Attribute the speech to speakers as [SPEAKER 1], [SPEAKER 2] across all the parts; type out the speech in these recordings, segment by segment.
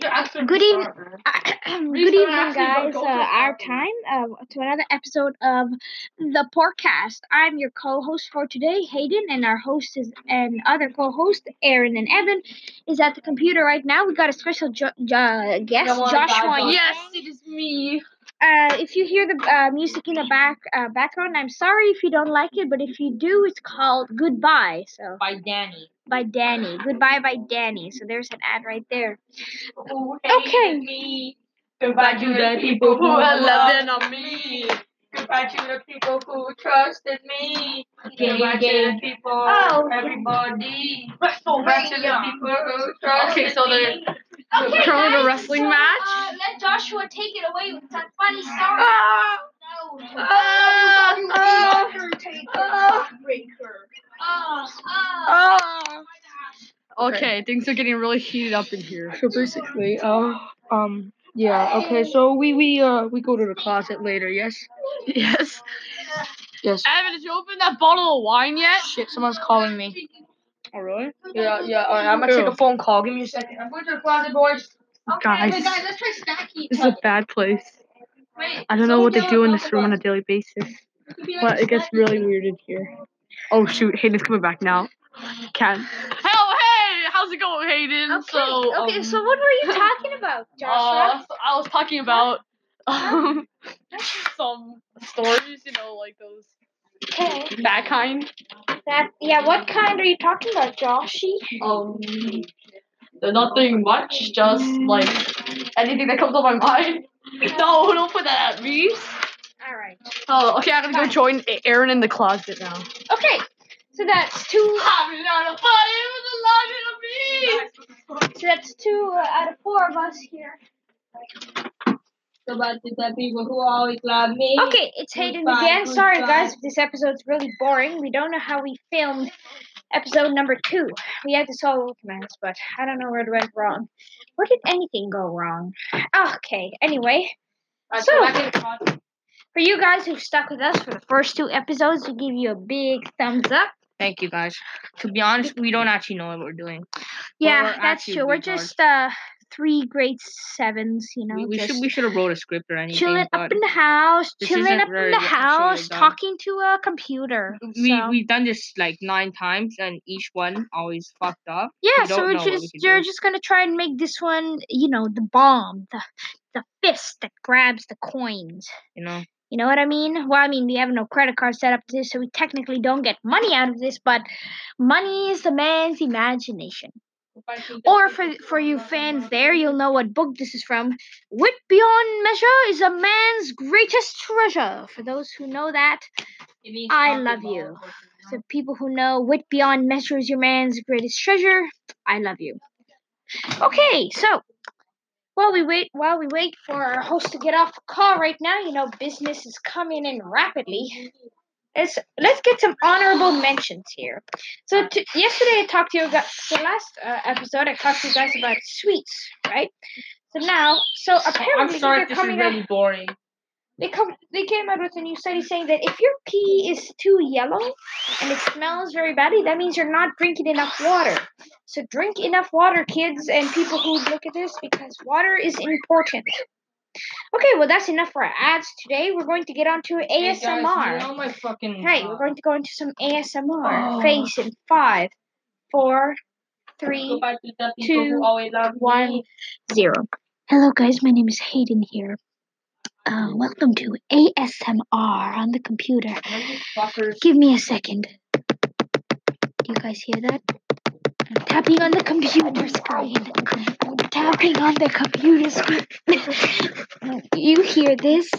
[SPEAKER 1] Good evening, good evening, guys. Uh, our time uh, to another episode of the podcast. I'm your co-host for today, Hayden, and our host is and other co-host, Aaron and Evan, is at the computer right now. We got a special jo- uh, guest, Joshua.
[SPEAKER 2] Yes, it is me.
[SPEAKER 1] Uh, if you hear the uh, music in the back uh, background, I'm sorry if you don't like it, but if you do, it's called Goodbye. So
[SPEAKER 2] By Danny.
[SPEAKER 1] by Danny, Goodbye by Danny. So there's an ad right there.
[SPEAKER 2] Okay. Me. Goodbye to the people who are loving on me. Goodbye to the people who trusted me. Goodbye to the people,
[SPEAKER 1] Oh.
[SPEAKER 2] everybody. Goodbye to the people who trusted
[SPEAKER 3] Okay, so
[SPEAKER 2] me.
[SPEAKER 3] Okay, throwing a wrestling match.
[SPEAKER 4] let Joshua take it away with some funny story.
[SPEAKER 2] Ah, ah, ah, ah,
[SPEAKER 4] Oh, oh.
[SPEAKER 2] ah.
[SPEAKER 3] Okay, things are getting really heated up in here.
[SPEAKER 5] So basically, uh, um, yeah, okay. So we we uh we go to the closet later. Yes,
[SPEAKER 3] Yes.
[SPEAKER 5] yes.
[SPEAKER 3] Evan, did you open that bottle of wine yet?
[SPEAKER 5] Shit, someone's calling me.
[SPEAKER 3] Oh, really?
[SPEAKER 5] Yeah, yeah. All right, I'm gonna take a phone call. Give me a second.
[SPEAKER 2] I'm going to the closet, boys.
[SPEAKER 4] Okay,
[SPEAKER 3] Guys.
[SPEAKER 4] wait, guys, let's try stacking each
[SPEAKER 3] This is a
[SPEAKER 4] other.
[SPEAKER 3] bad place.
[SPEAKER 4] Wait,
[SPEAKER 3] I don't know
[SPEAKER 4] so
[SPEAKER 3] what they
[SPEAKER 4] now
[SPEAKER 3] do in
[SPEAKER 4] both
[SPEAKER 3] this
[SPEAKER 4] of
[SPEAKER 3] room on a
[SPEAKER 4] us.
[SPEAKER 3] daily basis,
[SPEAKER 4] We could be like
[SPEAKER 3] but it gets
[SPEAKER 4] stacking.
[SPEAKER 3] really weird in here. Oh, shoot. Hayden's coming back now. Cat. Hello, hey! How's it going, Hayden?
[SPEAKER 1] Okay.
[SPEAKER 3] So,
[SPEAKER 1] okay.
[SPEAKER 3] um,
[SPEAKER 1] so what were you talking about,
[SPEAKER 3] Uh,
[SPEAKER 1] Joshua?
[SPEAKER 3] I was talking about um, some stories, you know, like those
[SPEAKER 1] okay.
[SPEAKER 3] that kind.
[SPEAKER 1] That yeah. What kind are you talking about, Joshy?
[SPEAKER 3] Um, they're not doing much, just like anything that comes on my mind. No, don't put that at me.
[SPEAKER 1] All right.
[SPEAKER 3] Oh, okay, I'm gonna go join A- Aaron in the closet now.
[SPEAKER 1] Okay. So that's two.
[SPEAKER 3] I'm not a fire
[SPEAKER 1] So that's two uh, out of four of us here.
[SPEAKER 2] Goodbye to the people who always love me.
[SPEAKER 1] Okay, it's Hayden
[SPEAKER 2] Goodbye,
[SPEAKER 1] again. Sorry,
[SPEAKER 2] goodbye.
[SPEAKER 1] guys, if this episode's really boring. We don't know how we filmed episode number two. We had this all organized, but I don't know where it went wrong. Where did anything go wrong? Okay. Anyway.
[SPEAKER 2] Alright,
[SPEAKER 1] So-
[SPEAKER 2] back in the closet.
[SPEAKER 1] For you guys who stuck with us for the first two episodes, we give you a big thumbs up.
[SPEAKER 5] Thank you guys. To be honest, we don't actually know what we're doing.
[SPEAKER 1] Yeah,
[SPEAKER 5] we're
[SPEAKER 1] that's
[SPEAKER 5] actually
[SPEAKER 1] true. We're
[SPEAKER 5] retards.
[SPEAKER 1] just uh three grade sevens, you know,
[SPEAKER 5] We, we
[SPEAKER 1] just
[SPEAKER 5] should we should have wrote a script or anything.
[SPEAKER 1] chilling up
[SPEAKER 5] but
[SPEAKER 1] in the house,
[SPEAKER 5] this
[SPEAKER 1] chilling
[SPEAKER 5] isn't
[SPEAKER 1] up in
[SPEAKER 5] very
[SPEAKER 1] the
[SPEAKER 5] officially
[SPEAKER 1] house,
[SPEAKER 5] done.
[SPEAKER 1] talking to a computer.
[SPEAKER 5] we
[SPEAKER 1] so.
[SPEAKER 5] we've done this like nine times, and each one always fucked up.
[SPEAKER 1] yeah,
[SPEAKER 5] we
[SPEAKER 1] so
[SPEAKER 5] don't
[SPEAKER 1] we're
[SPEAKER 5] know what we
[SPEAKER 1] just
[SPEAKER 5] could
[SPEAKER 1] we're
[SPEAKER 5] do.
[SPEAKER 1] just gonna try and make this one, you know, the bomb, the the fist that grabs the coins.
[SPEAKER 5] You know.
[SPEAKER 1] You know what I mean? Well, I mean, we have no credit card set up to this, so we technically don't get money out of this, but money is the man's imagination.
[SPEAKER 2] Goodbye to the
[SPEAKER 1] Or
[SPEAKER 2] people
[SPEAKER 1] for
[SPEAKER 2] who
[SPEAKER 1] for you
[SPEAKER 2] love
[SPEAKER 1] fans
[SPEAKER 2] me.
[SPEAKER 1] there, you'll know what book this is from. Wit Beyond Measure is a man's greatest treasure. For those who know that,
[SPEAKER 2] It means
[SPEAKER 1] I
[SPEAKER 2] fucking
[SPEAKER 1] love
[SPEAKER 2] love,
[SPEAKER 1] you.
[SPEAKER 2] but-
[SPEAKER 1] so people who know Wit Beyond Measure is your man's greatest treasure, I love you. Okay, so while we wait while we wait for our host to get off the call right now, you know business is coming in rapidly. Let's let's get some honorable mentions here. So t- yesterday I talked to you guys. The last uh, episode I talked to you guys about sweets, right? So now, so apparently
[SPEAKER 5] I'm sorry
[SPEAKER 1] they're
[SPEAKER 5] if this is
[SPEAKER 1] coming out
[SPEAKER 5] really boring.
[SPEAKER 1] they come they came out with a new study saying that if your pee is too yellow and it smells very badly, that means you're not drinking enough water. So drink enough water, kids and people who look at this, because water is important. Okay, well that's enough for our ads today. We're going to get on to
[SPEAKER 5] Hey, guys,
[SPEAKER 1] ASMR.
[SPEAKER 5] you know my fucking.
[SPEAKER 1] Hey, we're going to go into some ASMR.
[SPEAKER 5] Oh.
[SPEAKER 1] Face in five, four, three,
[SPEAKER 2] Goodbye to the people
[SPEAKER 1] two,
[SPEAKER 2] who always love
[SPEAKER 1] one,
[SPEAKER 2] me.
[SPEAKER 1] zero. Hello, guys. My name is Hayden here. Uh, welcome to ASMR on the computer.
[SPEAKER 2] Fuckers.
[SPEAKER 1] Give me a second. Do you guys hear that? I'm tapping on the computer screen. I'm tapping on the computer screen. you hear this?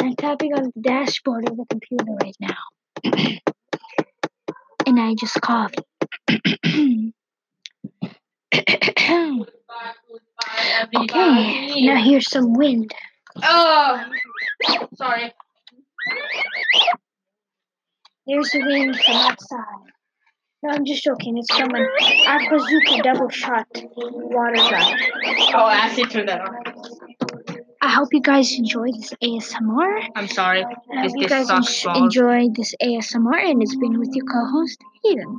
[SPEAKER 1] I'm tapping on the dashboard of the computer right now. and I just coughed.
[SPEAKER 2] Goodbye, goodbye,
[SPEAKER 1] okay,
[SPEAKER 2] everybody.
[SPEAKER 1] now here's some wind.
[SPEAKER 2] Oh, sorry.
[SPEAKER 1] There's the wind from outside. No, I'm just joking. It's from an Aquazuka double shot water gun.
[SPEAKER 5] Oh, I actually turned that on.
[SPEAKER 1] Ah, hope you guys enjoy this ASMR.
[SPEAKER 2] I'm
[SPEAKER 1] I
[SPEAKER 2] sorry.
[SPEAKER 1] hope
[SPEAKER 2] This-
[SPEAKER 1] you
[SPEAKER 2] this
[SPEAKER 1] guys
[SPEAKER 2] sucks
[SPEAKER 1] en-
[SPEAKER 2] balls.
[SPEAKER 1] enjoy this ASMR, and it's been with your co-host Eden.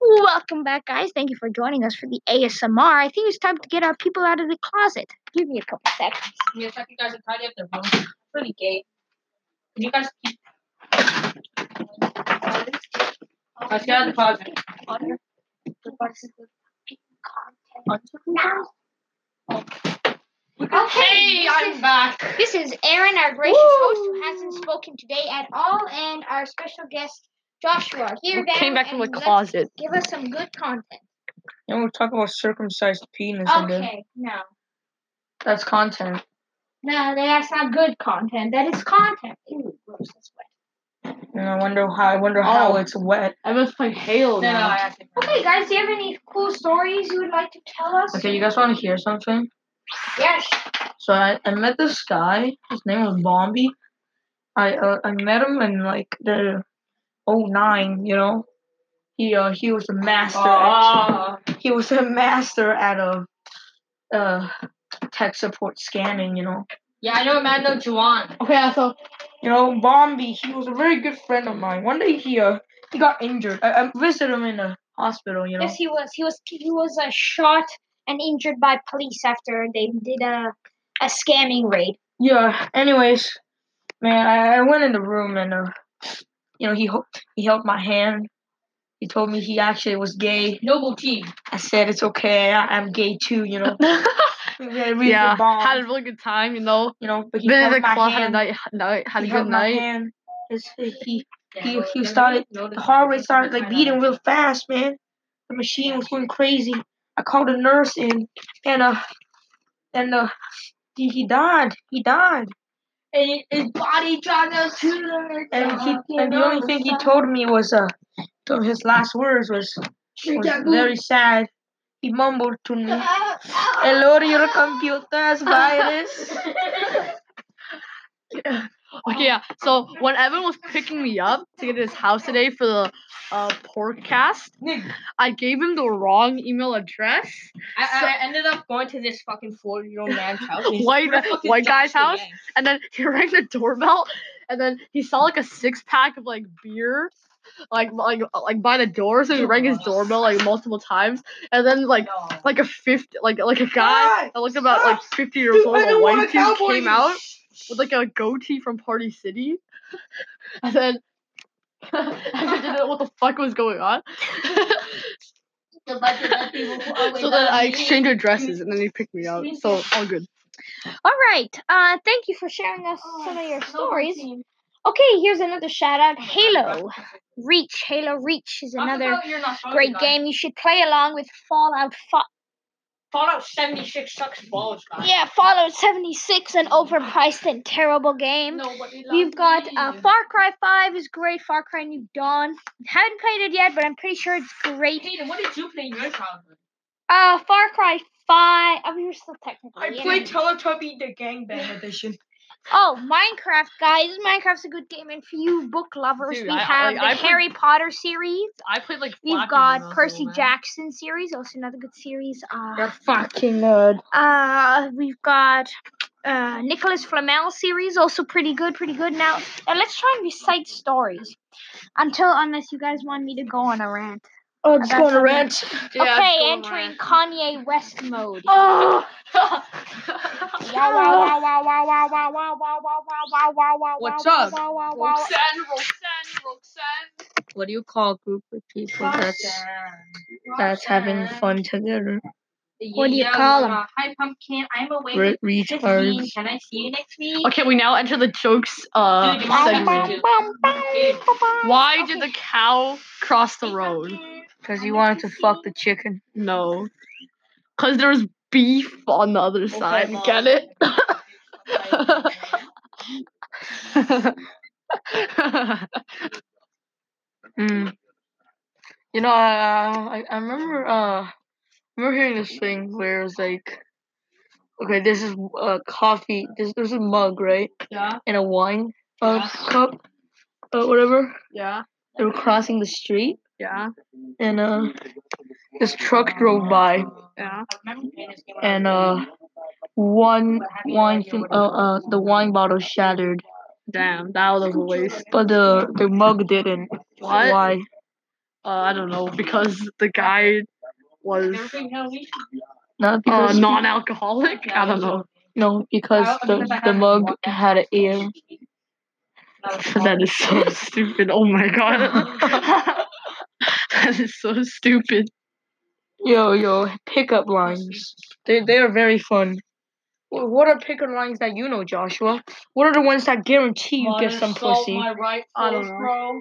[SPEAKER 1] Welcome back, guys. Thank you for joining us for the ASMR. I think it's time to get our people out of the closet. Give me a couple seconds.
[SPEAKER 2] Yeah, it's like you guys are tidy up their rooms. It's really gay. Can you guys keep. Let's get out of the closet.
[SPEAKER 1] Okay,
[SPEAKER 2] Hey, I'm back.
[SPEAKER 1] This is Aaron, our gracious host, who hasn't spoken today at all, and our special guest Joshua. Here, Dan,
[SPEAKER 5] Came back from the
[SPEAKER 1] and let's
[SPEAKER 5] closet.
[SPEAKER 1] Give us some good content.
[SPEAKER 2] And we'll talk about circumcised penis. and then-
[SPEAKER 1] Okay, no,
[SPEAKER 2] That's content.
[SPEAKER 1] no, that's not good content. That is content. Ooh, gross. That's wet.
[SPEAKER 2] And I wonder how. I wonder how
[SPEAKER 3] Oh.
[SPEAKER 2] it's wet.
[SPEAKER 3] I must play Halo
[SPEAKER 2] No, no,
[SPEAKER 3] now.
[SPEAKER 2] I actually.
[SPEAKER 1] Okay, guys, do you have any cool stories you would like to tell us?
[SPEAKER 2] Okay, you guys want to hear something?
[SPEAKER 1] Yes.
[SPEAKER 2] So I, I met this guy. His name was Bombi. I uh, I met him in like the 09, you know. He uh he was a master.
[SPEAKER 3] Ah.
[SPEAKER 1] Oh.
[SPEAKER 2] At, he was a master at a uh tech support scanning, you know.
[SPEAKER 3] Yeah, I know Amanda Juan. Okay, I saw.
[SPEAKER 2] You know, Bombi. He was a very good friend of mine. One day he uh he got injured. I, I visited him in the hospital, you know.
[SPEAKER 1] Yes, he was. He was. He was uh, shot and injured by police after they did a a scamming raid.
[SPEAKER 2] Yeah. Anyways, man, I, I went in the room and uh, you know, he ho- he held my hand. He told me he actually was gay.
[SPEAKER 3] Noble team.
[SPEAKER 2] I said it's okay. I, I'm gay too. You know. We had a really good
[SPEAKER 5] yeah,
[SPEAKER 2] bond,
[SPEAKER 5] had a really good time, you know.
[SPEAKER 2] you know, but he
[SPEAKER 5] Been in
[SPEAKER 2] held
[SPEAKER 5] the
[SPEAKER 2] my
[SPEAKER 5] club, had a
[SPEAKER 2] hand.
[SPEAKER 5] night, night had a
[SPEAKER 2] he
[SPEAKER 5] good
[SPEAKER 2] held my
[SPEAKER 5] night.
[SPEAKER 2] hand. His, he,
[SPEAKER 3] Yeah,
[SPEAKER 2] he,
[SPEAKER 3] well,
[SPEAKER 2] he
[SPEAKER 3] yeah,
[SPEAKER 2] started.
[SPEAKER 3] no,
[SPEAKER 2] The
[SPEAKER 3] this-
[SPEAKER 2] heart rate started
[SPEAKER 3] I
[SPEAKER 2] like
[SPEAKER 3] know.
[SPEAKER 2] beating real fast, man. The machine was going crazy. I called a nurse in, and uh, and uh, he, he died. He died.
[SPEAKER 3] And it- his body tried to
[SPEAKER 2] And he uh, and the only thing he told me was uh so his last words was, was very sad. He mumbled to
[SPEAKER 1] Uh,
[SPEAKER 2] me, "Hello, your computer's virus."
[SPEAKER 5] Okay, yeah. So when Evan was picking me up to get to his house today for the uh podcast, I gave him the wrong email address.
[SPEAKER 3] I, I ended up going to this fucking four-year-old man's house.
[SPEAKER 5] White white guy's house. And then he rang the doorbell, and then he saw like a six pack of like beer, like like uh, like by the door. So he rang his doorbell like multiple times, and then like like a fifty like like a guy that looked about like fifty years old, a white dude came out with like a goatee from Party City, and then. I didn't know what the fuck was going on. so then I exchanged addresses and then he picked me up. So all good.
[SPEAKER 1] All right. Uh, thank you for sharing us
[SPEAKER 3] Oh,
[SPEAKER 1] some of your stories. Okay, here's another shout out. Halo Reach. Halo Reach is another great game you should play along with Fallout. Fa-
[SPEAKER 3] Fallout 76 sucks balls, guys.
[SPEAKER 1] yeah, Fallout 76, an
[SPEAKER 3] Oh,
[SPEAKER 1] overpriced and terrible game.
[SPEAKER 3] Nobody
[SPEAKER 1] We've got
[SPEAKER 3] loves me.
[SPEAKER 1] uh, Far Cry 5 is great. Far Cry New Dawn. Haven't played it yet, but I'm pretty sure it's great.
[SPEAKER 3] Hayden, what did you play in your childhood?
[SPEAKER 1] Uh, Far Cry 5. Oh, we were still technically.
[SPEAKER 2] I
[SPEAKER 1] in it.
[SPEAKER 2] played Teletubby the Gangbang edition.
[SPEAKER 1] Oh, Minecraft, guys. Minecraft's a good game. And for you book lovers,
[SPEAKER 5] Dude,
[SPEAKER 1] we
[SPEAKER 5] I-
[SPEAKER 1] have
[SPEAKER 5] like,
[SPEAKER 1] the
[SPEAKER 5] I played-
[SPEAKER 1] Harry Potter series.
[SPEAKER 5] I played like.
[SPEAKER 1] We've
[SPEAKER 5] Flappy
[SPEAKER 1] got
[SPEAKER 5] when I was
[SPEAKER 1] Percy
[SPEAKER 5] little, man.
[SPEAKER 1] Jackson series, also another good series. Uh,
[SPEAKER 2] fucking nerd.
[SPEAKER 1] uh, we've got uh, Nicholas Flamel series, also pretty good, pretty good. Now, uh, let's try and recite stories. Until, unless you guys want me to go on a rant.
[SPEAKER 2] Oh, just
[SPEAKER 1] That's
[SPEAKER 2] going to
[SPEAKER 1] okay.
[SPEAKER 2] rant.
[SPEAKER 5] Yeah,
[SPEAKER 1] okay,
[SPEAKER 5] go on,
[SPEAKER 1] entering
[SPEAKER 5] Ryan.
[SPEAKER 1] Kanye West mode.
[SPEAKER 2] Oh,
[SPEAKER 1] Wow, wow, wow, wow, wow, wow, wow, wow, wow, wow, wow, wow, wow,
[SPEAKER 2] What's
[SPEAKER 1] wow,
[SPEAKER 2] up?
[SPEAKER 1] wow, wow, wow, wow.
[SPEAKER 3] Roxanne, Roxanne, Roxanne.
[SPEAKER 2] what do you call a group of people that's that's having fun together?
[SPEAKER 1] What do you call 'em?
[SPEAKER 4] Hi, pumpkin. I'm awake.
[SPEAKER 2] Re-
[SPEAKER 4] This is Dean.
[SPEAKER 2] retards.
[SPEAKER 4] Can I see you next week?
[SPEAKER 5] Okay, we now enter the jokes uh
[SPEAKER 3] Dude,
[SPEAKER 1] Bum,
[SPEAKER 3] Segment.
[SPEAKER 1] bum,
[SPEAKER 5] segment.
[SPEAKER 1] bum, bum, bum, bum.
[SPEAKER 5] Why
[SPEAKER 1] Okay.
[SPEAKER 5] did the cow cross the road?
[SPEAKER 2] Because you wanted to fuck the chicken.
[SPEAKER 5] No. Cause there was beef on the other side.
[SPEAKER 3] Mom.
[SPEAKER 5] Get it?
[SPEAKER 2] Mm. You know, uh, I I remember uh, I remember hearing this thing where it was like, okay, this is uh coffee. This this is a mug, right?
[SPEAKER 3] Yeah,
[SPEAKER 2] And a wine uh,
[SPEAKER 3] Yeah.
[SPEAKER 2] cup, or whatever.
[SPEAKER 5] yeah.
[SPEAKER 2] They were crossing the street,
[SPEAKER 5] Yeah.
[SPEAKER 2] and uh, this truck drove by,
[SPEAKER 5] Yeah.
[SPEAKER 2] and uh, one wine fin- uh, uh the wine bottle shattered,
[SPEAKER 5] Damn, that was a waste.
[SPEAKER 2] but the the mug didn't.
[SPEAKER 5] What?
[SPEAKER 2] Why?
[SPEAKER 5] Uh, I don't know because the guy was
[SPEAKER 2] Not
[SPEAKER 5] uh,
[SPEAKER 2] because
[SPEAKER 5] non-alcoholic. I don't know.
[SPEAKER 2] no, because the the mug had an ear.
[SPEAKER 5] That is so stupid. Oh my god. that is so stupid.
[SPEAKER 2] Yo yo, pickup lines. They they are very fun. Wh- What are pickup lines that you know, Joshua? What are the ones that guarantee you get some pussy?
[SPEAKER 3] My right
[SPEAKER 5] I don't
[SPEAKER 3] foot,
[SPEAKER 5] know.
[SPEAKER 3] bro.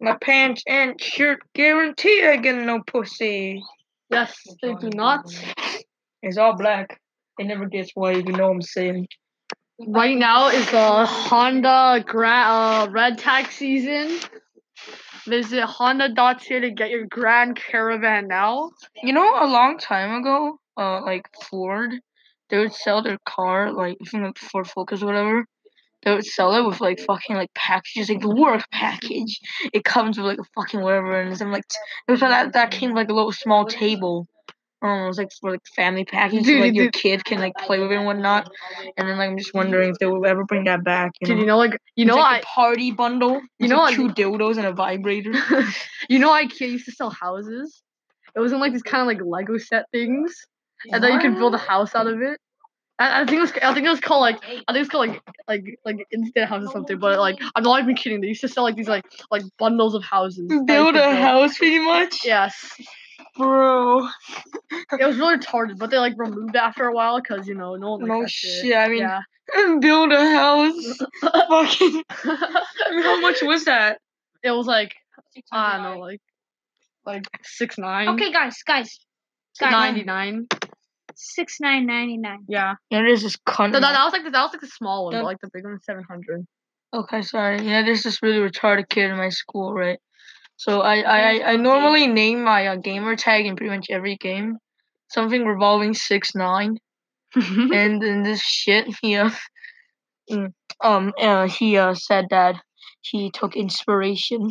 [SPEAKER 2] My pants and shirt guarantee I get no pussy.
[SPEAKER 5] Yes,
[SPEAKER 2] Oh,
[SPEAKER 5] they do not.
[SPEAKER 2] It's all black. It never gets white. You know what I'm saying?
[SPEAKER 5] Right now is the Honda Grand uh, Red Tag season. Visit Honda.ca to get your Grand Caravan now.
[SPEAKER 2] You know, a long time ago, uh, like Ford, they would sell their car, like from the Ford Focus, or whatever. They would sell it with like fucking like packages, like the work package. It comes with like a fucking whatever, and some like t- it was that that came with, like a little small table. Um, it was like for like family package, so,
[SPEAKER 5] Dude,
[SPEAKER 2] like your
[SPEAKER 5] dude.
[SPEAKER 2] kid can like play with it and whatnot. And then like I'm just wondering if they will ever bring that back. You
[SPEAKER 5] Dude,
[SPEAKER 2] know?
[SPEAKER 5] you know like you
[SPEAKER 2] It's
[SPEAKER 5] know
[SPEAKER 2] like
[SPEAKER 5] I
[SPEAKER 2] the party bundle. It's,
[SPEAKER 5] know
[SPEAKER 2] like,
[SPEAKER 5] I-
[SPEAKER 2] two dildos and a vibrator.
[SPEAKER 5] you know IKEA used to sell houses. It was in like these kind of like Lego set things, and then you could build a house out of it. I, I think it was I think it was called like I think it's called like like like instant house or something. But like I'm not even kidding. They used to sell like these like like bundles of houses. that you
[SPEAKER 2] build
[SPEAKER 5] could
[SPEAKER 2] a house, pretty much.
[SPEAKER 5] Yes,
[SPEAKER 2] bro.
[SPEAKER 5] it was really retarded, but they like removed it after a while because you know no one. liked
[SPEAKER 2] No
[SPEAKER 5] that
[SPEAKER 2] shit, I mean-
[SPEAKER 5] yeah.
[SPEAKER 2] build a house. Fucking. How much was that?
[SPEAKER 5] it was like I don't know, like like six nine.
[SPEAKER 1] Okay, guys, guys. guys.
[SPEAKER 5] ninety nine.
[SPEAKER 1] Six nine ninety nine.
[SPEAKER 5] Yeah,
[SPEAKER 2] Yeah, there's this cunt.
[SPEAKER 5] no, that, that was like the, that was like the small one,
[SPEAKER 2] No.
[SPEAKER 5] but like the big one seven hundred.
[SPEAKER 2] Okay, sorry. Yeah, there's this really retarded kid in my school, right? So I I, I, I normally name my uh, gamer tag in pretty much every game something revolving six nine, and then this shit he uh, mm, um uh, he uh, said that he took inspiration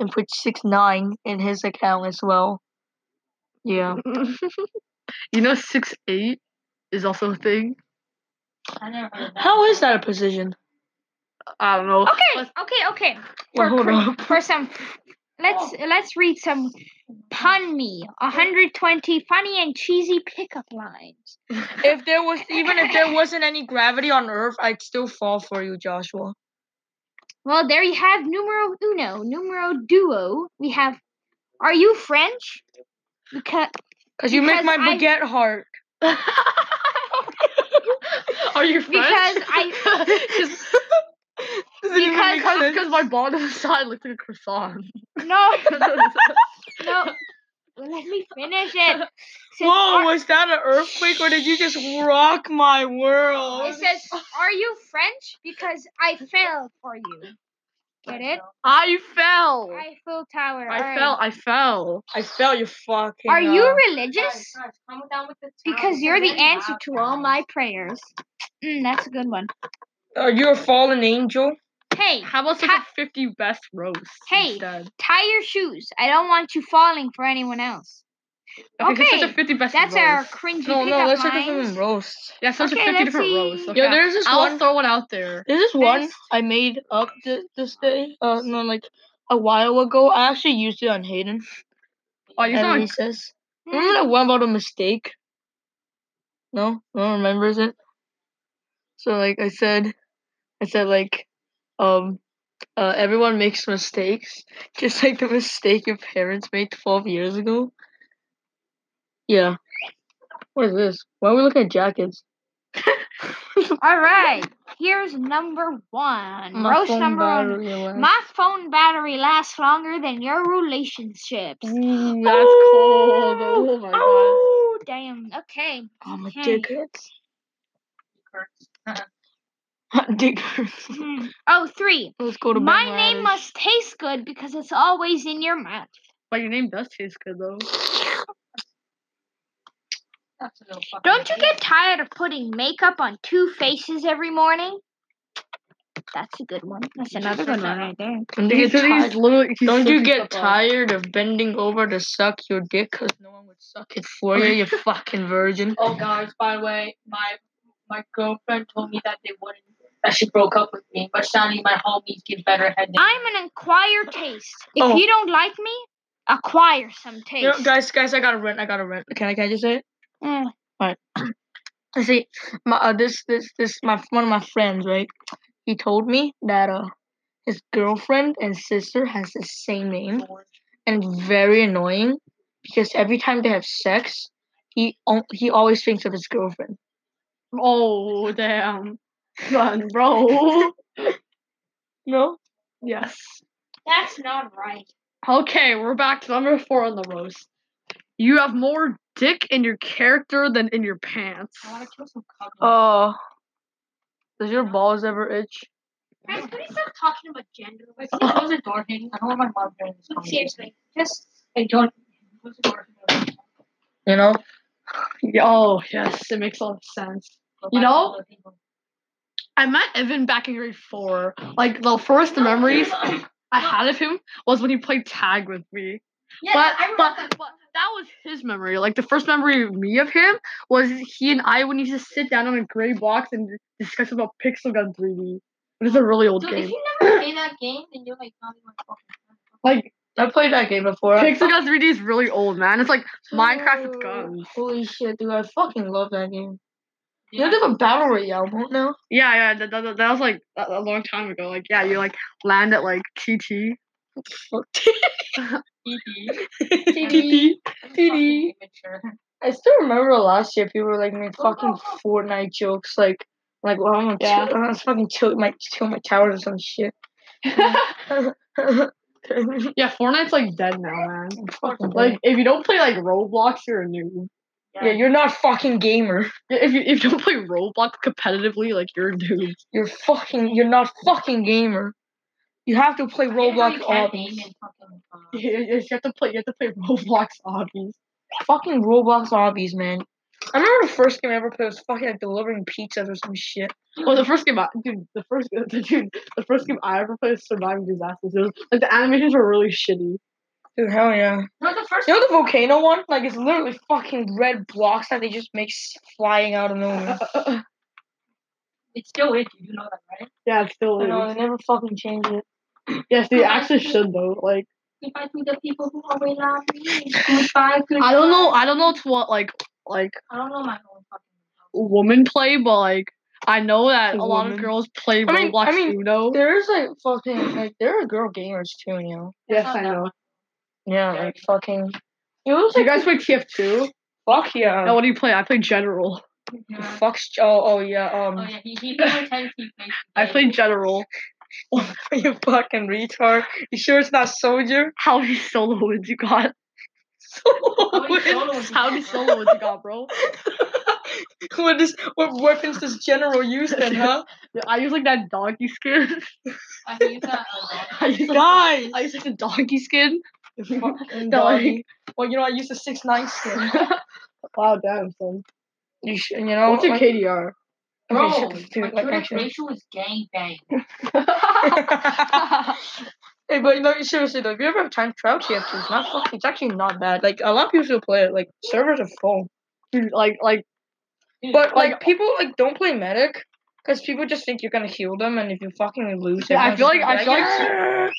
[SPEAKER 2] and put six nine in his account as well. Yeah.
[SPEAKER 5] you know, six eight is also a thing.
[SPEAKER 2] How is that a position?
[SPEAKER 5] I don't know.
[SPEAKER 1] Okay, okay, okay. For,
[SPEAKER 2] Well, hold
[SPEAKER 1] cre-
[SPEAKER 2] up.
[SPEAKER 1] for some, let's let's read some pun me 120 funny and cheesy pickup lines.
[SPEAKER 2] If there was even if there wasn't any gravity on Earth, I'd still fall for you, Joshua.
[SPEAKER 1] Well, there you have numero uno, numero duo. We have, are you French? Because
[SPEAKER 2] Cause you make my
[SPEAKER 1] Because I-
[SPEAKER 2] baguette heart.
[SPEAKER 5] Are you French?
[SPEAKER 1] Because I- Because-
[SPEAKER 5] because because my bottom side looked like a croissant.
[SPEAKER 1] no no. Let me finish it. Says,
[SPEAKER 2] Whoa,
[SPEAKER 1] are-
[SPEAKER 2] was that an earthquake or did you just rock my world?
[SPEAKER 1] It says, "Are you French? Because I fell for you." Get it?
[SPEAKER 5] I fell. I,
[SPEAKER 1] I fell tower. alright.
[SPEAKER 5] fell. I fell.
[SPEAKER 2] I felt you fucking.
[SPEAKER 1] Are
[SPEAKER 2] uh,
[SPEAKER 1] you religious? Because you're the answer to all my prayers. Mm, that's a good one.
[SPEAKER 2] Are you a fallen angel?
[SPEAKER 1] Hey,
[SPEAKER 5] How about like a fifty best roast?
[SPEAKER 1] Hey.
[SPEAKER 5] Instead?
[SPEAKER 1] tie your shoes. I don't want you falling for anyone else.
[SPEAKER 5] Okay. Such a
[SPEAKER 1] Okay,
[SPEAKER 5] fifty best.
[SPEAKER 1] That's
[SPEAKER 5] roast.
[SPEAKER 1] our cringy
[SPEAKER 2] No, no,
[SPEAKER 1] pickup
[SPEAKER 2] let's check
[SPEAKER 1] lines.
[SPEAKER 2] the fucking roast.
[SPEAKER 5] Yeah, such
[SPEAKER 1] Okay,
[SPEAKER 5] a fifty
[SPEAKER 1] let's
[SPEAKER 5] different roast.
[SPEAKER 1] see.
[SPEAKER 5] Okay.
[SPEAKER 2] Yeah, there's this
[SPEAKER 5] I'll
[SPEAKER 2] one.
[SPEAKER 5] throw one out there.
[SPEAKER 2] There's this one
[SPEAKER 1] There's-
[SPEAKER 2] I made up th- this day. Uh, no, like a while ago. I actually used it on Hayden.
[SPEAKER 5] Oh, you
[SPEAKER 2] at
[SPEAKER 5] sound
[SPEAKER 2] recess.
[SPEAKER 1] Mm,
[SPEAKER 2] Remember that one about a mistake? No, no one remembers it. So like I said, I said like, um, uh, everyone makes mistakes, just like the mistake your parents made twelve years ago. Yeah. What is this? Why are we looking at jackets?
[SPEAKER 1] All right, here's number one. Roast number one. My phone battery lasts longer than your relationships.
[SPEAKER 2] Oh
[SPEAKER 5] Ooh, that's cold. Oh my god.
[SPEAKER 1] Oh, damn. Okay.
[SPEAKER 2] Oh my
[SPEAKER 1] Okay.
[SPEAKER 2] dick hurts. dick hurts.
[SPEAKER 1] Hmm. Oh, three.
[SPEAKER 2] Let's go to
[SPEAKER 1] My
[SPEAKER 2] Bangladesh.
[SPEAKER 1] name must taste good because it's always in your mouth.
[SPEAKER 5] But your name does taste good though.
[SPEAKER 1] Don't you get tired of putting makeup on two faces every morning? That's a good one. That's another good one right there.
[SPEAKER 2] Don't you
[SPEAKER 5] He's,
[SPEAKER 2] get
[SPEAKER 5] he's
[SPEAKER 2] tired?
[SPEAKER 5] literally. He's
[SPEAKER 2] Don't you
[SPEAKER 5] literally
[SPEAKER 2] get
[SPEAKER 5] up on-
[SPEAKER 2] tired of bending over to suck your dick? Cause no one would suck it for you, you fucking virgin.
[SPEAKER 4] Oh, guys, by the way, my my girlfriend told me that they wouldn't, that she broke up with me, but sadly, my homies get better head
[SPEAKER 2] Ah.
[SPEAKER 4] than
[SPEAKER 1] I'm an acquire taste. If
[SPEAKER 2] Oh.
[SPEAKER 1] you don't like me, acquire some taste.
[SPEAKER 2] You know, guys, guys, I gotta rent. I gotta rent. Can I? Can I just say it?
[SPEAKER 1] Mm.
[SPEAKER 2] I see. My uh, this this this my one of my friends, right? He told me that uh his girlfriend and sister has the same name, and it's very annoying because every time they have sex, he al- he always thinks of his girlfriend.
[SPEAKER 5] Oh damn, son, bro.
[SPEAKER 2] No.
[SPEAKER 5] yes.
[SPEAKER 4] That's not right.
[SPEAKER 5] Okay, we're back to number four on the roast. You have more dick in your character than in your pants.
[SPEAKER 4] I want to kill some cock.
[SPEAKER 5] Oh.
[SPEAKER 1] Oh.
[SPEAKER 2] Uh, does your balls ever itch?
[SPEAKER 4] Guys, can we stop talking about gender?
[SPEAKER 3] Wait, can you close the door, Hayden? I don't want my mom hearing this conversation.
[SPEAKER 4] Seriously, just I don't.
[SPEAKER 3] Close the door.
[SPEAKER 2] You know.
[SPEAKER 5] Yeah, Oh yes, it makes a lot of sense. You know, I met Evan back in grade four. Like the first memories I had of him was when he played tag with me.
[SPEAKER 4] Yeah,
[SPEAKER 5] but,
[SPEAKER 4] I remember.
[SPEAKER 5] but, but that was his memory. Like the first memory of me of him was he and I would used to sit down on a gray box and discuss about Pixel Gun 3D. It is a really old
[SPEAKER 4] Dude, if
[SPEAKER 5] game.
[SPEAKER 4] you never play that game, then you're like not even fucking.
[SPEAKER 5] Like
[SPEAKER 2] I played that game before. I
[SPEAKER 5] Pixel Gun 3D is really old, man. It's like Minecraft with
[SPEAKER 2] fucking-
[SPEAKER 5] guns.
[SPEAKER 2] Oh, Holy shit, dude! I fucking love that game. You know, they have a battle royale mode now.
[SPEAKER 5] Yeah, yeah, that, that, that was like a, a long time ago. Like, yeah, you like land at like TT.
[SPEAKER 2] Fuck.
[SPEAKER 5] TT.
[SPEAKER 3] TD.
[SPEAKER 2] I still remember last year people were like making fucking Fortnite jokes, like like well I'm
[SPEAKER 5] Oh,
[SPEAKER 2] gonna
[SPEAKER 5] Yeah.
[SPEAKER 2] chill, I'm gonna fucking chill my chill my towers or some shit. fucking
[SPEAKER 5] yeah, Fortnite's like dead now, man. Like, if you don't play like Roblox, you're a noob.
[SPEAKER 2] yeah, you're not a fucking gamer.
[SPEAKER 5] If you if you don't play Roblox competitively, like you're a noob.
[SPEAKER 2] You're fucking you're not fucking gamer. You have to play Roblox obbies.
[SPEAKER 5] You, you you have to play. You have to play Roblox obbies.
[SPEAKER 2] Fucking Roblox obbies, man. I remember the first game I ever played was fucking like delivering pizzas or some shit.
[SPEAKER 5] Well, the first game, I, dude, the first dude, the first game I ever played was Surviving Disasters. It was, like the animations were really shitty.
[SPEAKER 2] Dude, hell yeah.
[SPEAKER 4] No, the first.
[SPEAKER 2] You know the volcano one? Like it's literally fucking red blocks that they just make s- flying out of nowhere.
[SPEAKER 4] It's still it. You do know that, right?
[SPEAKER 5] Yeah, it's still.
[SPEAKER 2] I know,
[SPEAKER 5] Is.
[SPEAKER 2] they never fucking change it.
[SPEAKER 5] Yes, they actually should though. Like,
[SPEAKER 4] If I do the people who always love me, goodbye, goodbye.
[SPEAKER 5] I don't know. I don't know it's what like like
[SPEAKER 4] I don't know my own fucking.
[SPEAKER 5] women play, but like I know that a lot of
[SPEAKER 2] Woman.
[SPEAKER 5] girls play
[SPEAKER 2] I mean-
[SPEAKER 5] Roblox
[SPEAKER 2] I mean,
[SPEAKER 5] Uno.
[SPEAKER 2] There is like fucking like there are girl gamers too, you know.
[SPEAKER 5] Yes, I know.
[SPEAKER 2] Yeah, like fucking. It was
[SPEAKER 5] Do you
[SPEAKER 2] like
[SPEAKER 5] guys play TF2?
[SPEAKER 2] fuck yeah.
[SPEAKER 5] No, what do you play? I play General.
[SPEAKER 4] Yeah.
[SPEAKER 2] Fuck. sh- Oh, oh yeah. Um,
[SPEAKER 4] Oh yeah, he he pretends he plays.
[SPEAKER 5] I play General.
[SPEAKER 2] you fucking retard. You sure it's not soldier?
[SPEAKER 5] How many solo wins you got?
[SPEAKER 2] Oh,
[SPEAKER 5] How many solo wins you got, bro?
[SPEAKER 2] what is what weapons does General use then, huh?
[SPEAKER 5] Yeah, I use like that donkey skin.
[SPEAKER 4] I use that a lot.
[SPEAKER 5] I use like,
[SPEAKER 2] Guys.
[SPEAKER 5] I use like the donkey skin.
[SPEAKER 2] Fucking
[SPEAKER 5] Dog.
[SPEAKER 2] doggy. Well, you know I used the six nine skin.
[SPEAKER 5] wow, damn son.
[SPEAKER 2] You sh- you know.
[SPEAKER 5] What's your
[SPEAKER 2] like-
[SPEAKER 5] KDR?
[SPEAKER 2] Okay,
[SPEAKER 4] Bro,
[SPEAKER 2] shut the-
[SPEAKER 4] my
[SPEAKER 2] dude, like,
[SPEAKER 4] Twitter
[SPEAKER 2] actually-
[SPEAKER 4] racial is gangbang.
[SPEAKER 2] hey, but no, seriously though, if you ever have time to try out TF2, it's not fucking, it's actually not bad. Like a lot of people still play it. Like servers are full,
[SPEAKER 5] Dude, like like
[SPEAKER 2] but like
[SPEAKER 5] Like-
[SPEAKER 2] people like don't play medic because people just think you're gonna heal them, and if you fucking lose,
[SPEAKER 5] Yeah, I
[SPEAKER 2] everyone's
[SPEAKER 5] feel
[SPEAKER 2] just
[SPEAKER 5] like- I feel like-
[SPEAKER 2] "Yeah."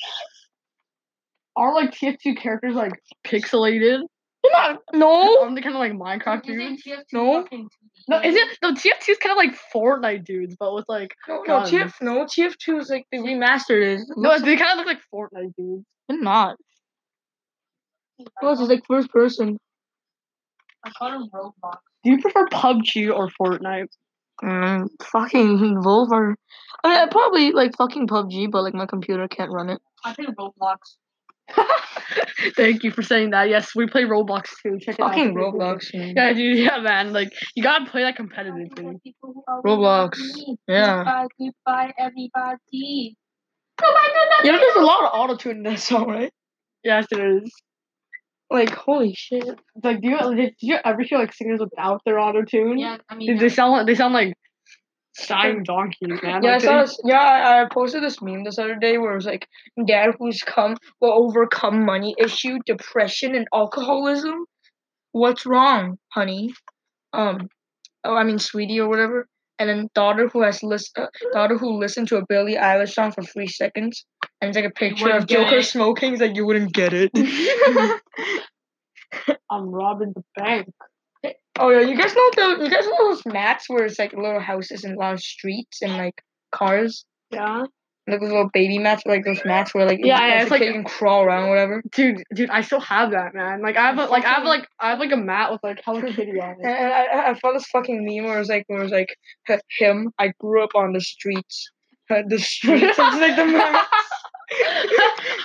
[SPEAKER 5] are like TF2 characters like pixelated?
[SPEAKER 2] You're not no.
[SPEAKER 5] Aren't they kind of like Minecraft dudes?
[SPEAKER 4] Isn't TF2
[SPEAKER 2] No.
[SPEAKER 4] fucking TV?
[SPEAKER 5] No, is it? No, TF2 is kind of like Fortnite dudes, but with like
[SPEAKER 2] No, no,
[SPEAKER 5] Guns.
[SPEAKER 2] TF, no, TF2 is like the remastered is.
[SPEAKER 5] no, they kind of look like Fortnite dudes.
[SPEAKER 2] it's not. No, it's like first person.
[SPEAKER 4] I call him Roblox.
[SPEAKER 5] Do you prefer PUBG or Fortnite?
[SPEAKER 2] Mm, fucking Volver. I mean, I probably like fucking PUBG, but like my computer can't run it.
[SPEAKER 4] I play Roblox.
[SPEAKER 5] Thank you for saying that. Yes, we play Roblox too. Check it out.
[SPEAKER 2] Fucking Roblox, man.
[SPEAKER 5] Yeah, dude. Yeah, man. Like you gotta play that competitively.
[SPEAKER 2] Roblox. Yeah.
[SPEAKER 4] Goodbye, goodbye, everybody.
[SPEAKER 2] You know, there's a lot of auto tune in that song, right?
[SPEAKER 5] Yes, it is.
[SPEAKER 2] Like, holy shit.
[SPEAKER 5] Like, do you did you ever hear like singers without their auto tune?
[SPEAKER 4] Yeah, I mean,
[SPEAKER 5] Dude, they sound like they sound like Dying donkey, man.
[SPEAKER 2] Yeah, I
[SPEAKER 5] Like,
[SPEAKER 2] saw
[SPEAKER 5] they-
[SPEAKER 2] this, yeah, I I posted this meme this other day where it was like, "Dad who's come will overcome money issue, depression, and alcoholism." What's wrong, honey? Um, oh, I mean, sweetie or whatever. And then daughter who has list, uh, daughter who listened to a Billie Eilish song for three seconds, and it's like a picture
[SPEAKER 4] wouldn't
[SPEAKER 2] of
[SPEAKER 4] get
[SPEAKER 2] Joker
[SPEAKER 4] it.
[SPEAKER 2] smoking. He's like, "You wouldn't get it."
[SPEAKER 5] I'm robbing the bank.
[SPEAKER 2] oh yeah, you guys know those? You guys know those mats where it's like little houses and long streets and like cars.
[SPEAKER 5] Yeah.
[SPEAKER 2] Like those little baby mats, like those mats where like
[SPEAKER 5] Yeah, yeah,
[SPEAKER 2] as
[SPEAKER 5] it's
[SPEAKER 2] a
[SPEAKER 5] like-
[SPEAKER 2] kid, you can crawl around, whatever.
[SPEAKER 5] Dude, dude, I still have that, man. Like I have a, like I have like I have like a mat with like Hello Kitty on
[SPEAKER 2] And,
[SPEAKER 5] it.
[SPEAKER 2] and I- I, I found this fucking meme where it was like, where it was like, "H- him. I grew up on the streets. Uh, The streets. It's like the map.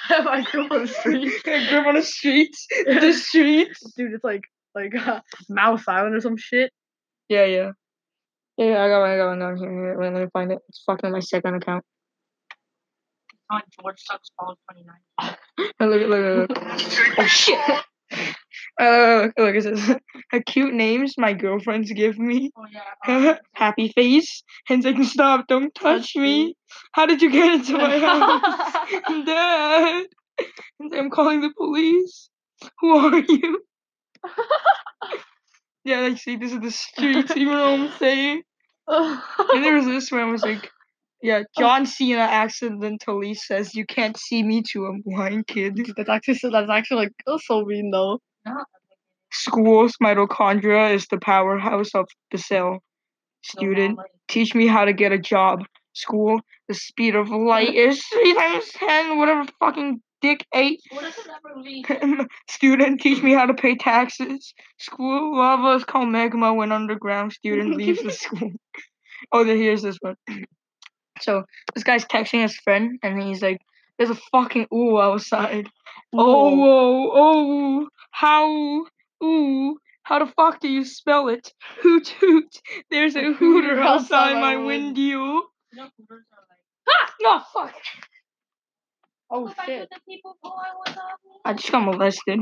[SPEAKER 5] I like go on the street.
[SPEAKER 2] I grew up on the streets. The streets.
[SPEAKER 5] Dude, it's like like uh, Mouse Island or some shit.
[SPEAKER 2] Yeah, yeah. Yeah, yeah, I got one. I got one down here. here. Wait, let me find it. It's fucking on my second account.
[SPEAKER 4] on George Sucks Balls 29.
[SPEAKER 2] Oh, Look, look, look, look. oh shit. Uh, look, look, it says, cute names my girlfriends give me.
[SPEAKER 4] Oh, yeah.
[SPEAKER 2] Happy face. And it's like, stop, don't touch me. How did you get into my house? I'm dead. I'm calling the police. Who are you? yeah, like, see, this is the streets, you know what I'm saying?
[SPEAKER 5] oh.
[SPEAKER 2] And there was this one, I was like, yeah, John Cena accidentally says, you can't see me to a blind kid.
[SPEAKER 5] Dude, that's actually so that's actually like that's so mean though.
[SPEAKER 2] School's mitochondria is the powerhouse of the cell. Student, teach me how to get a job. School, the speed of light is 3 times 10, whatever fucking dick ate.
[SPEAKER 4] What does it ever leave?
[SPEAKER 2] student, teach me how to pay taxes. School lava is called magma when underground student leaves the school. Oh, then here's this one. So this guy's texting his friend, and he's like, "There's a fucking ooh outside. Oh, whoa, oh, how, ooh, how the fuck do you spell it? Hoot hoot. There's a hooter outside my window.
[SPEAKER 4] You know, Hooters are like,
[SPEAKER 2] No, fuck.
[SPEAKER 5] Oh
[SPEAKER 4] "Go back
[SPEAKER 5] shit.
[SPEAKER 4] with the people who I was on."
[SPEAKER 2] I just got molested.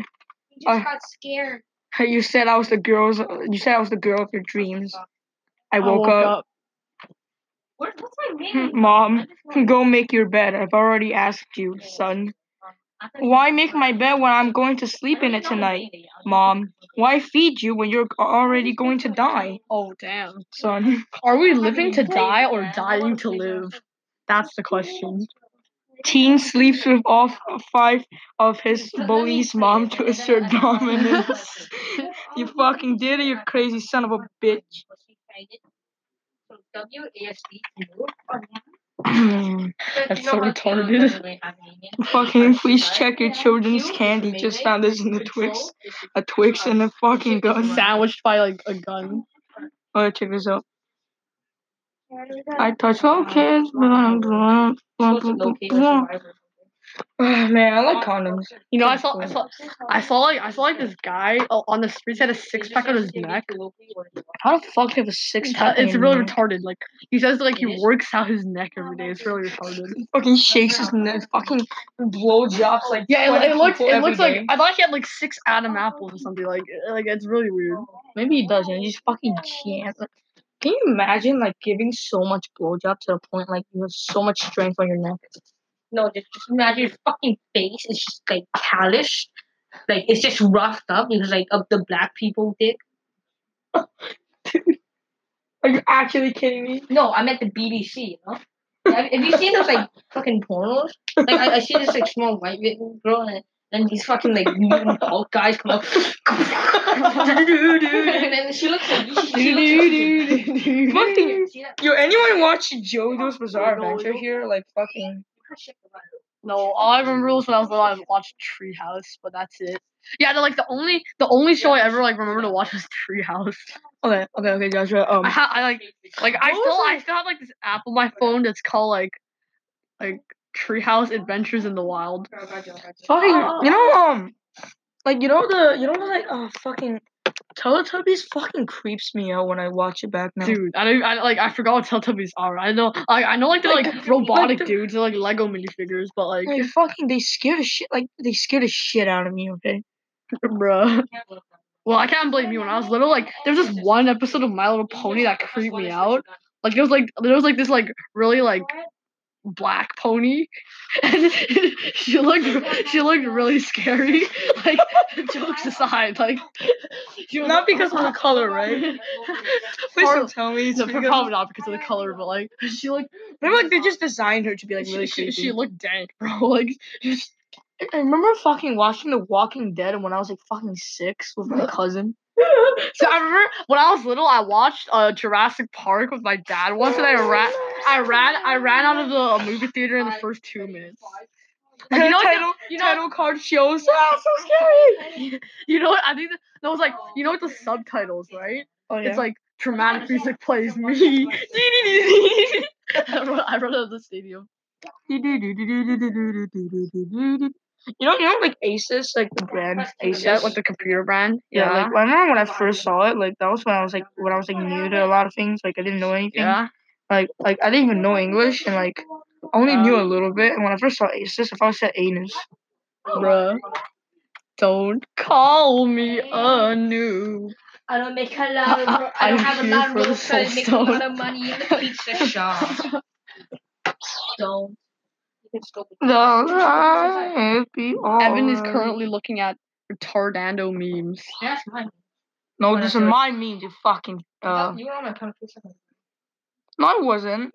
[SPEAKER 1] You
[SPEAKER 2] I-
[SPEAKER 1] just got scared.
[SPEAKER 2] You said I was the girl's. You said I was the girl of your dreams. I woke, up.
[SPEAKER 4] Where, what's my
[SPEAKER 2] Hmm,
[SPEAKER 4] name?
[SPEAKER 2] Mom,
[SPEAKER 4] I just want-
[SPEAKER 2] go make your bed. I've already asked you,
[SPEAKER 4] Yes.
[SPEAKER 2] son.
[SPEAKER 4] I thought you
[SPEAKER 2] Why
[SPEAKER 4] said-
[SPEAKER 2] make my bed when I'm going to
[SPEAKER 4] I
[SPEAKER 2] sleep in
[SPEAKER 4] don't
[SPEAKER 2] it
[SPEAKER 4] know the
[SPEAKER 2] tonight?
[SPEAKER 4] name. I'll just-
[SPEAKER 2] Mom, why feed you when you're already going to die,
[SPEAKER 5] Oh damn.
[SPEAKER 2] son?
[SPEAKER 5] Are we living to
[SPEAKER 4] Wait,
[SPEAKER 5] die
[SPEAKER 4] man,
[SPEAKER 5] or
[SPEAKER 4] I
[SPEAKER 5] dying
[SPEAKER 4] wanna
[SPEAKER 5] to
[SPEAKER 4] figure out
[SPEAKER 5] live? That's the question.
[SPEAKER 2] Teen sleeps with all f- five of his
[SPEAKER 4] Let me
[SPEAKER 2] bullies'
[SPEAKER 4] say
[SPEAKER 2] mom
[SPEAKER 4] it,
[SPEAKER 2] to
[SPEAKER 4] and then
[SPEAKER 2] assert
[SPEAKER 4] I don't know the
[SPEAKER 2] dominance.
[SPEAKER 4] question.
[SPEAKER 2] You fucking did it, you crazy son of a bitch.
[SPEAKER 4] So WASD to move or not?
[SPEAKER 5] That's
[SPEAKER 4] You know
[SPEAKER 5] so
[SPEAKER 4] how Taylor
[SPEAKER 5] retarded.
[SPEAKER 4] doesn't really have meaning?
[SPEAKER 2] fucking please
[SPEAKER 4] Right?
[SPEAKER 2] check your
[SPEAKER 4] Yeah.
[SPEAKER 2] children's
[SPEAKER 4] Cute,
[SPEAKER 2] candy. Just
[SPEAKER 4] amazing,
[SPEAKER 2] found this in the
[SPEAKER 4] control,
[SPEAKER 2] Twix.
[SPEAKER 4] it's
[SPEAKER 2] A Twix and a fucking gun.
[SPEAKER 5] Sandwiched by like a gun.
[SPEAKER 2] Oh, check this out. I touch all kids, but I'm drunk.
[SPEAKER 4] supposed to locate a survivor.
[SPEAKER 2] man, I like condoms.
[SPEAKER 5] You know, I saw, I saw, I saw like, I saw like this guy uh, on the streets had a six
[SPEAKER 4] They
[SPEAKER 5] pack on
[SPEAKER 4] just have
[SPEAKER 5] his
[SPEAKER 4] to
[SPEAKER 5] neck.
[SPEAKER 4] take it locally or it's
[SPEAKER 2] How the fuck do you have a six
[SPEAKER 5] It's, uh,
[SPEAKER 2] pack?
[SPEAKER 5] it's really retarded. Like he says, like
[SPEAKER 4] It
[SPEAKER 5] he
[SPEAKER 4] is.
[SPEAKER 5] works out his neck every day. It's really retarded.
[SPEAKER 2] Fucking shakes his neck. Fucking blowjobs like.
[SPEAKER 5] Yeah, it,
[SPEAKER 2] 20
[SPEAKER 5] it looks,
[SPEAKER 2] people
[SPEAKER 5] it looks
[SPEAKER 2] every
[SPEAKER 5] like
[SPEAKER 2] day.
[SPEAKER 5] I thought he had like six Adam apples or something. Like,
[SPEAKER 2] uh,
[SPEAKER 5] like it's really weird.
[SPEAKER 2] Maybe he doesn't. He's fucking chance. Can you imagine like giving so much blowjob to the point like you have so much strength on your neck?
[SPEAKER 4] No, just, just imagine your fucking face is just like calloused. Like it's just roughed up because like of the black people dick.
[SPEAKER 2] Are you actually kidding me?
[SPEAKER 4] No, I'm at the BDC, you know? Have have you seen those like fucking pornos? Like I, I see this like small white girl and then these fucking like mutant Hulk guys come up and then she looks like she, she looks
[SPEAKER 2] One thing,
[SPEAKER 4] like, she,
[SPEAKER 2] yo, anyone watch
[SPEAKER 5] Oh,
[SPEAKER 2] JoJo's Bizarre Adventure here? Like fucking.
[SPEAKER 5] No, all I remember was when I was little, I watched Treehouse, but that's it. Yeah, the, like the only, the only show I ever like remember to watch was Treehouse.
[SPEAKER 2] Okay, okay, okay, Joshua. Um,
[SPEAKER 5] I, ha- I like, like I
[SPEAKER 2] What
[SPEAKER 5] still,
[SPEAKER 2] was
[SPEAKER 5] I still have like this app on my phone that's called like, like Treehouse Adventures in the Wild.
[SPEAKER 2] Fucking,
[SPEAKER 5] uh,
[SPEAKER 2] you know, um, like you know the, you know like, oh fucking, Teletubbies fucking creeps me out when I watch it back now.
[SPEAKER 5] Dude, I don't, I like, I forgot what Teletubbies are. I know, I, I know, like they're
[SPEAKER 2] Like,
[SPEAKER 5] like,
[SPEAKER 2] like
[SPEAKER 5] robotic
[SPEAKER 2] the-
[SPEAKER 5] dudes, they're like Lego minifigures, but like,
[SPEAKER 2] Like fucking, they scare the shit, like they scare the shit out of me. Okay,
[SPEAKER 5] bruh. Well, I can't blame you. When I was little, like there was this one episode of My Little Pony that creeped me out. Like there was like there was like this like really like black pony, and she looked she looked really scary. Like jokes aside, like she was-
[SPEAKER 2] Not because of the color, right? Please
[SPEAKER 5] Or-
[SPEAKER 2] don't tell me. It's
[SPEAKER 5] No,
[SPEAKER 2] because-
[SPEAKER 5] probably not because of the color, but like she looked
[SPEAKER 2] Maybe like they just designed her to be like
[SPEAKER 5] she-
[SPEAKER 2] really
[SPEAKER 5] she,
[SPEAKER 2] creepy.
[SPEAKER 5] she, looked dank, bro. Like just, I remember fucking watching The Walking Dead when I was like fucking six with my cousin. so I remember when I was little, I watched uh, Jurassic Park with my dad once, and I ran, I ran, I ran out of the uh, movie theater in the first two minutes. Like, you know, what,
[SPEAKER 2] title,
[SPEAKER 5] you know-
[SPEAKER 2] title card shows. Ah, so scary.
[SPEAKER 5] you know what? I think that, that was like, you know what the subtitles, right?
[SPEAKER 2] Oh yeah.
[SPEAKER 5] It's like dramatic music plays me. I run, I run out of the stadium.
[SPEAKER 2] You know, you know, like Asus, like the brand Asus.
[SPEAKER 5] the computer brand.
[SPEAKER 2] yeah, like I remember when I first saw it. Like that was when I was like when I was like new to a lot of things. Like I didn't know anything.
[SPEAKER 5] yeah.
[SPEAKER 2] Like like I didn't even know English, and like I only knew a little bit. And when I first saw Asus, if I said anus,
[SPEAKER 5] Bruh. Don't call me a noob.
[SPEAKER 4] I don't make a lot of. ro- I don't
[SPEAKER 5] I'm
[SPEAKER 4] have a
[SPEAKER 5] here
[SPEAKER 4] lot of
[SPEAKER 5] for the
[SPEAKER 4] room, so I
[SPEAKER 5] soul
[SPEAKER 4] make a lot
[SPEAKER 5] stone.
[SPEAKER 4] of money in the pizza shop. Don't.
[SPEAKER 2] the light be
[SPEAKER 5] Evan is
[SPEAKER 2] on.
[SPEAKER 5] currently looking at retardando memes.
[SPEAKER 4] That's mine.
[SPEAKER 2] No, this is my memes. You fucking. Uh,
[SPEAKER 4] you were on my computer.
[SPEAKER 2] no, I wasn't.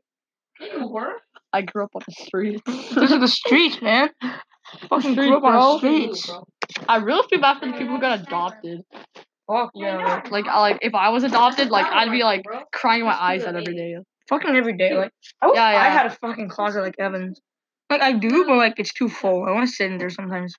[SPEAKER 4] You were.
[SPEAKER 5] I grew up on the streets.
[SPEAKER 2] This is the streets, man. Fucking
[SPEAKER 5] Street,
[SPEAKER 2] grew up on the
[SPEAKER 5] bro.
[SPEAKER 2] streets.
[SPEAKER 5] I really feel bad for the people who got adopted.
[SPEAKER 2] Fuck yeah.
[SPEAKER 5] Like, I, like if I was adopted, like I'd be like crying my eyes out every day.
[SPEAKER 2] Fucking every day. Like, I wish
[SPEAKER 5] Yeah,
[SPEAKER 2] I
[SPEAKER 5] yeah.
[SPEAKER 2] had a fucking closet like Evan's. Like, I do, but like, it's too full. I want to sit in there sometimes.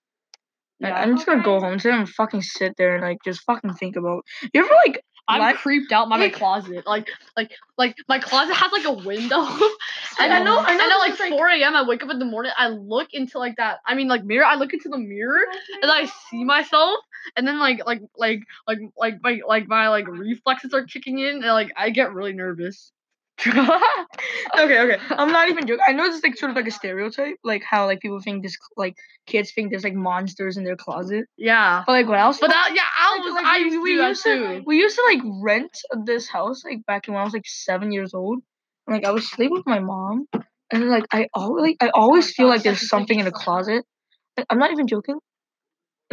[SPEAKER 2] Like,
[SPEAKER 5] Yeah.
[SPEAKER 2] I'm just gonna go home, sit and fucking sit there and like just fucking think about. You ever like,
[SPEAKER 5] I'm
[SPEAKER 2] Like-
[SPEAKER 5] creeped out by my
[SPEAKER 2] like-
[SPEAKER 5] closet. Like, like, like my closet has like a window, and I know, I know.
[SPEAKER 2] this
[SPEAKER 5] like
[SPEAKER 2] is, like-
[SPEAKER 5] 4 a.m., I wake up in the morning. I look into like that. I mean, like mirror. I look into the mirror, and I see myself, and then like, like, like, like, like my, like my like reflexes are kicking in, and like I get really nervous.
[SPEAKER 2] okay, okay, I'm not even joking. I know this is like sort of like a stereotype, like how like people think this like kids think there's like monsters in their closet,
[SPEAKER 5] yeah,
[SPEAKER 2] but like what else?
[SPEAKER 5] but that, yeah, I
[SPEAKER 2] Like-
[SPEAKER 5] was,
[SPEAKER 2] like,
[SPEAKER 5] I
[SPEAKER 2] we,
[SPEAKER 5] we
[SPEAKER 2] we used
[SPEAKER 5] used
[SPEAKER 2] to
[SPEAKER 5] too.
[SPEAKER 2] we used to like rent this house like back when I was like seven years old. And, like I was sleeping with my mom, and like I always like, I always feel like there's something in the closet. Like, I'm not even joking.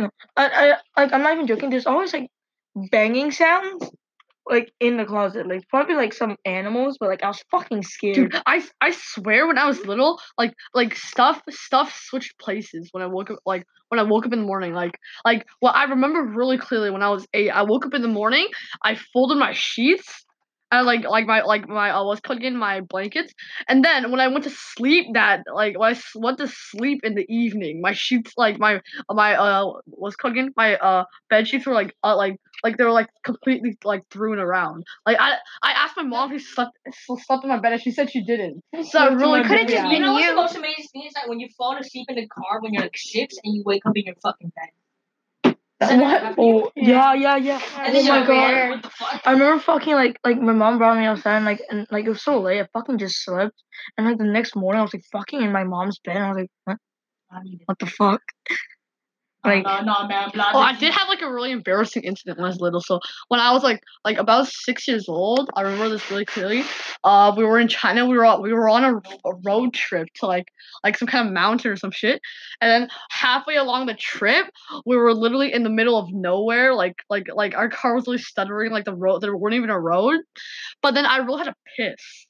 [SPEAKER 2] No, I, I like I'm not even joking. There's always like banging sounds like in the closet, like probably like some animals, but like I was fucking scared.
[SPEAKER 5] Dude, I, s- I swear when I was little, like like stuff stuff switched places when I woke up like when I woke up in the morning. Like like well I remember really clearly when I was eight. I woke up in the morning, I folded my sheets, I like like my like my I was putting in my blankets, and then when I went to sleep that like when I s- went to sleep in the evening, my sheets like my my uh was cooking my uh bed sheets were like uh like like they were like completely like thrown around. Like I I asked my mom who slept who slept in my bed and she said she didn't. So I really
[SPEAKER 4] Could it
[SPEAKER 5] couldn't
[SPEAKER 4] just
[SPEAKER 5] just
[SPEAKER 4] you
[SPEAKER 5] be
[SPEAKER 4] know what's the
[SPEAKER 5] you.
[SPEAKER 4] most amazing thing is that when you fall asleep in the car when you're like six and you wake up in your fucking bed. Does that happen?
[SPEAKER 2] Oh yeah, yeah, yeah.
[SPEAKER 4] And then
[SPEAKER 2] oh
[SPEAKER 4] you're like,
[SPEAKER 2] my god.
[SPEAKER 4] "Man, what the fuck?"
[SPEAKER 2] I remember fucking like like my mom brought me outside and like and like it was so late I fucking just slept and like the next morning I was like fucking in my mom's bed and I was like what what the fuck like
[SPEAKER 3] no, no, man. Blah,
[SPEAKER 5] Oh, I did have like a really embarrassing incident when I was little. So when I was like like about six years old, I remember this really clearly. Uh, we were in China. We were on- we were on a, a road trip to like like some kind of mountain or some shit. And then halfway along the trip, we were literally in the middle of nowhere. Like like like our car was really stuttering. Like the road there weren't even a road. But then I really had to piss.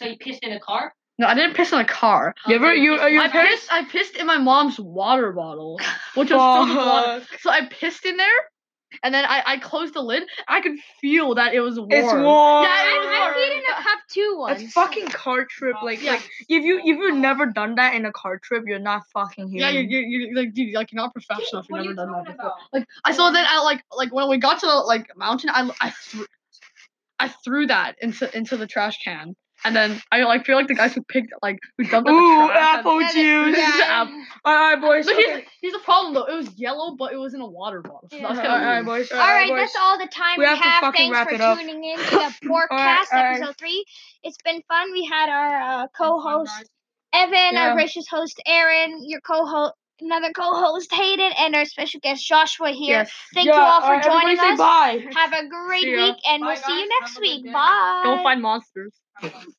[SPEAKER 4] So you pissed in the car?
[SPEAKER 5] No, I didn't piss in a car.
[SPEAKER 2] you ever you are
[SPEAKER 5] I
[SPEAKER 2] your parents
[SPEAKER 5] pissed. I pissed in my mom's water bottle, which was filled with water.
[SPEAKER 2] fuck
[SPEAKER 5] So I pissed in there, and then I, I closed the lid. I could feel that it was warm.
[SPEAKER 2] it's warm
[SPEAKER 5] Yeah, it was
[SPEAKER 1] I
[SPEAKER 5] warm.
[SPEAKER 1] peed in a cup too once.
[SPEAKER 2] a fucking car trip like
[SPEAKER 5] Yeah.
[SPEAKER 2] like if you if you've never done that in a car trip you're not fucking
[SPEAKER 5] Yeah,
[SPEAKER 2] human
[SPEAKER 5] you're, you're, you're like, dude, like you're not professional if you've never done that before.
[SPEAKER 4] about?
[SPEAKER 5] Like I saw that I like like when we got to the like mountain, I I threw I threw that into into the trash can, and then I like feel like the guys who picked like who dumped it in the
[SPEAKER 2] Ooh,
[SPEAKER 5] trash.
[SPEAKER 2] apple
[SPEAKER 1] Yeah,
[SPEAKER 2] juice.
[SPEAKER 5] yeah.
[SPEAKER 2] All right, boys.
[SPEAKER 5] But
[SPEAKER 2] Okay.
[SPEAKER 5] here's, here's the problem though. It was yellow, but it was in a water bottle. So that was
[SPEAKER 2] All
[SPEAKER 5] kinda
[SPEAKER 2] right,
[SPEAKER 5] weird.
[SPEAKER 2] boys. All
[SPEAKER 1] All
[SPEAKER 2] right,
[SPEAKER 1] right,
[SPEAKER 2] boys.
[SPEAKER 1] that's all the time
[SPEAKER 2] We
[SPEAKER 1] we,
[SPEAKER 2] have
[SPEAKER 1] have.
[SPEAKER 2] to fucking
[SPEAKER 1] Thanks
[SPEAKER 2] wrap
[SPEAKER 1] for
[SPEAKER 2] it up.
[SPEAKER 1] tuning in to the Porkcast
[SPEAKER 2] all right.
[SPEAKER 1] episode three. It's been fun. We had our uh, co-host Evan,
[SPEAKER 2] Yeah.
[SPEAKER 1] our gracious host Aaron, your co-host, another co-host Hayden, and our special guest Joshua here.
[SPEAKER 5] Yes.
[SPEAKER 1] Thank you all for
[SPEAKER 2] alright, everybody
[SPEAKER 1] joining
[SPEAKER 2] say
[SPEAKER 1] us.
[SPEAKER 2] Bye.
[SPEAKER 1] Have a great
[SPEAKER 5] See ya.
[SPEAKER 1] week, and
[SPEAKER 3] Bye,
[SPEAKER 1] we'll see you
[SPEAKER 3] guys.
[SPEAKER 1] next
[SPEAKER 3] Have a good
[SPEAKER 1] week.
[SPEAKER 3] day.
[SPEAKER 1] Bye.
[SPEAKER 5] Go find monsters.
[SPEAKER 4] How long?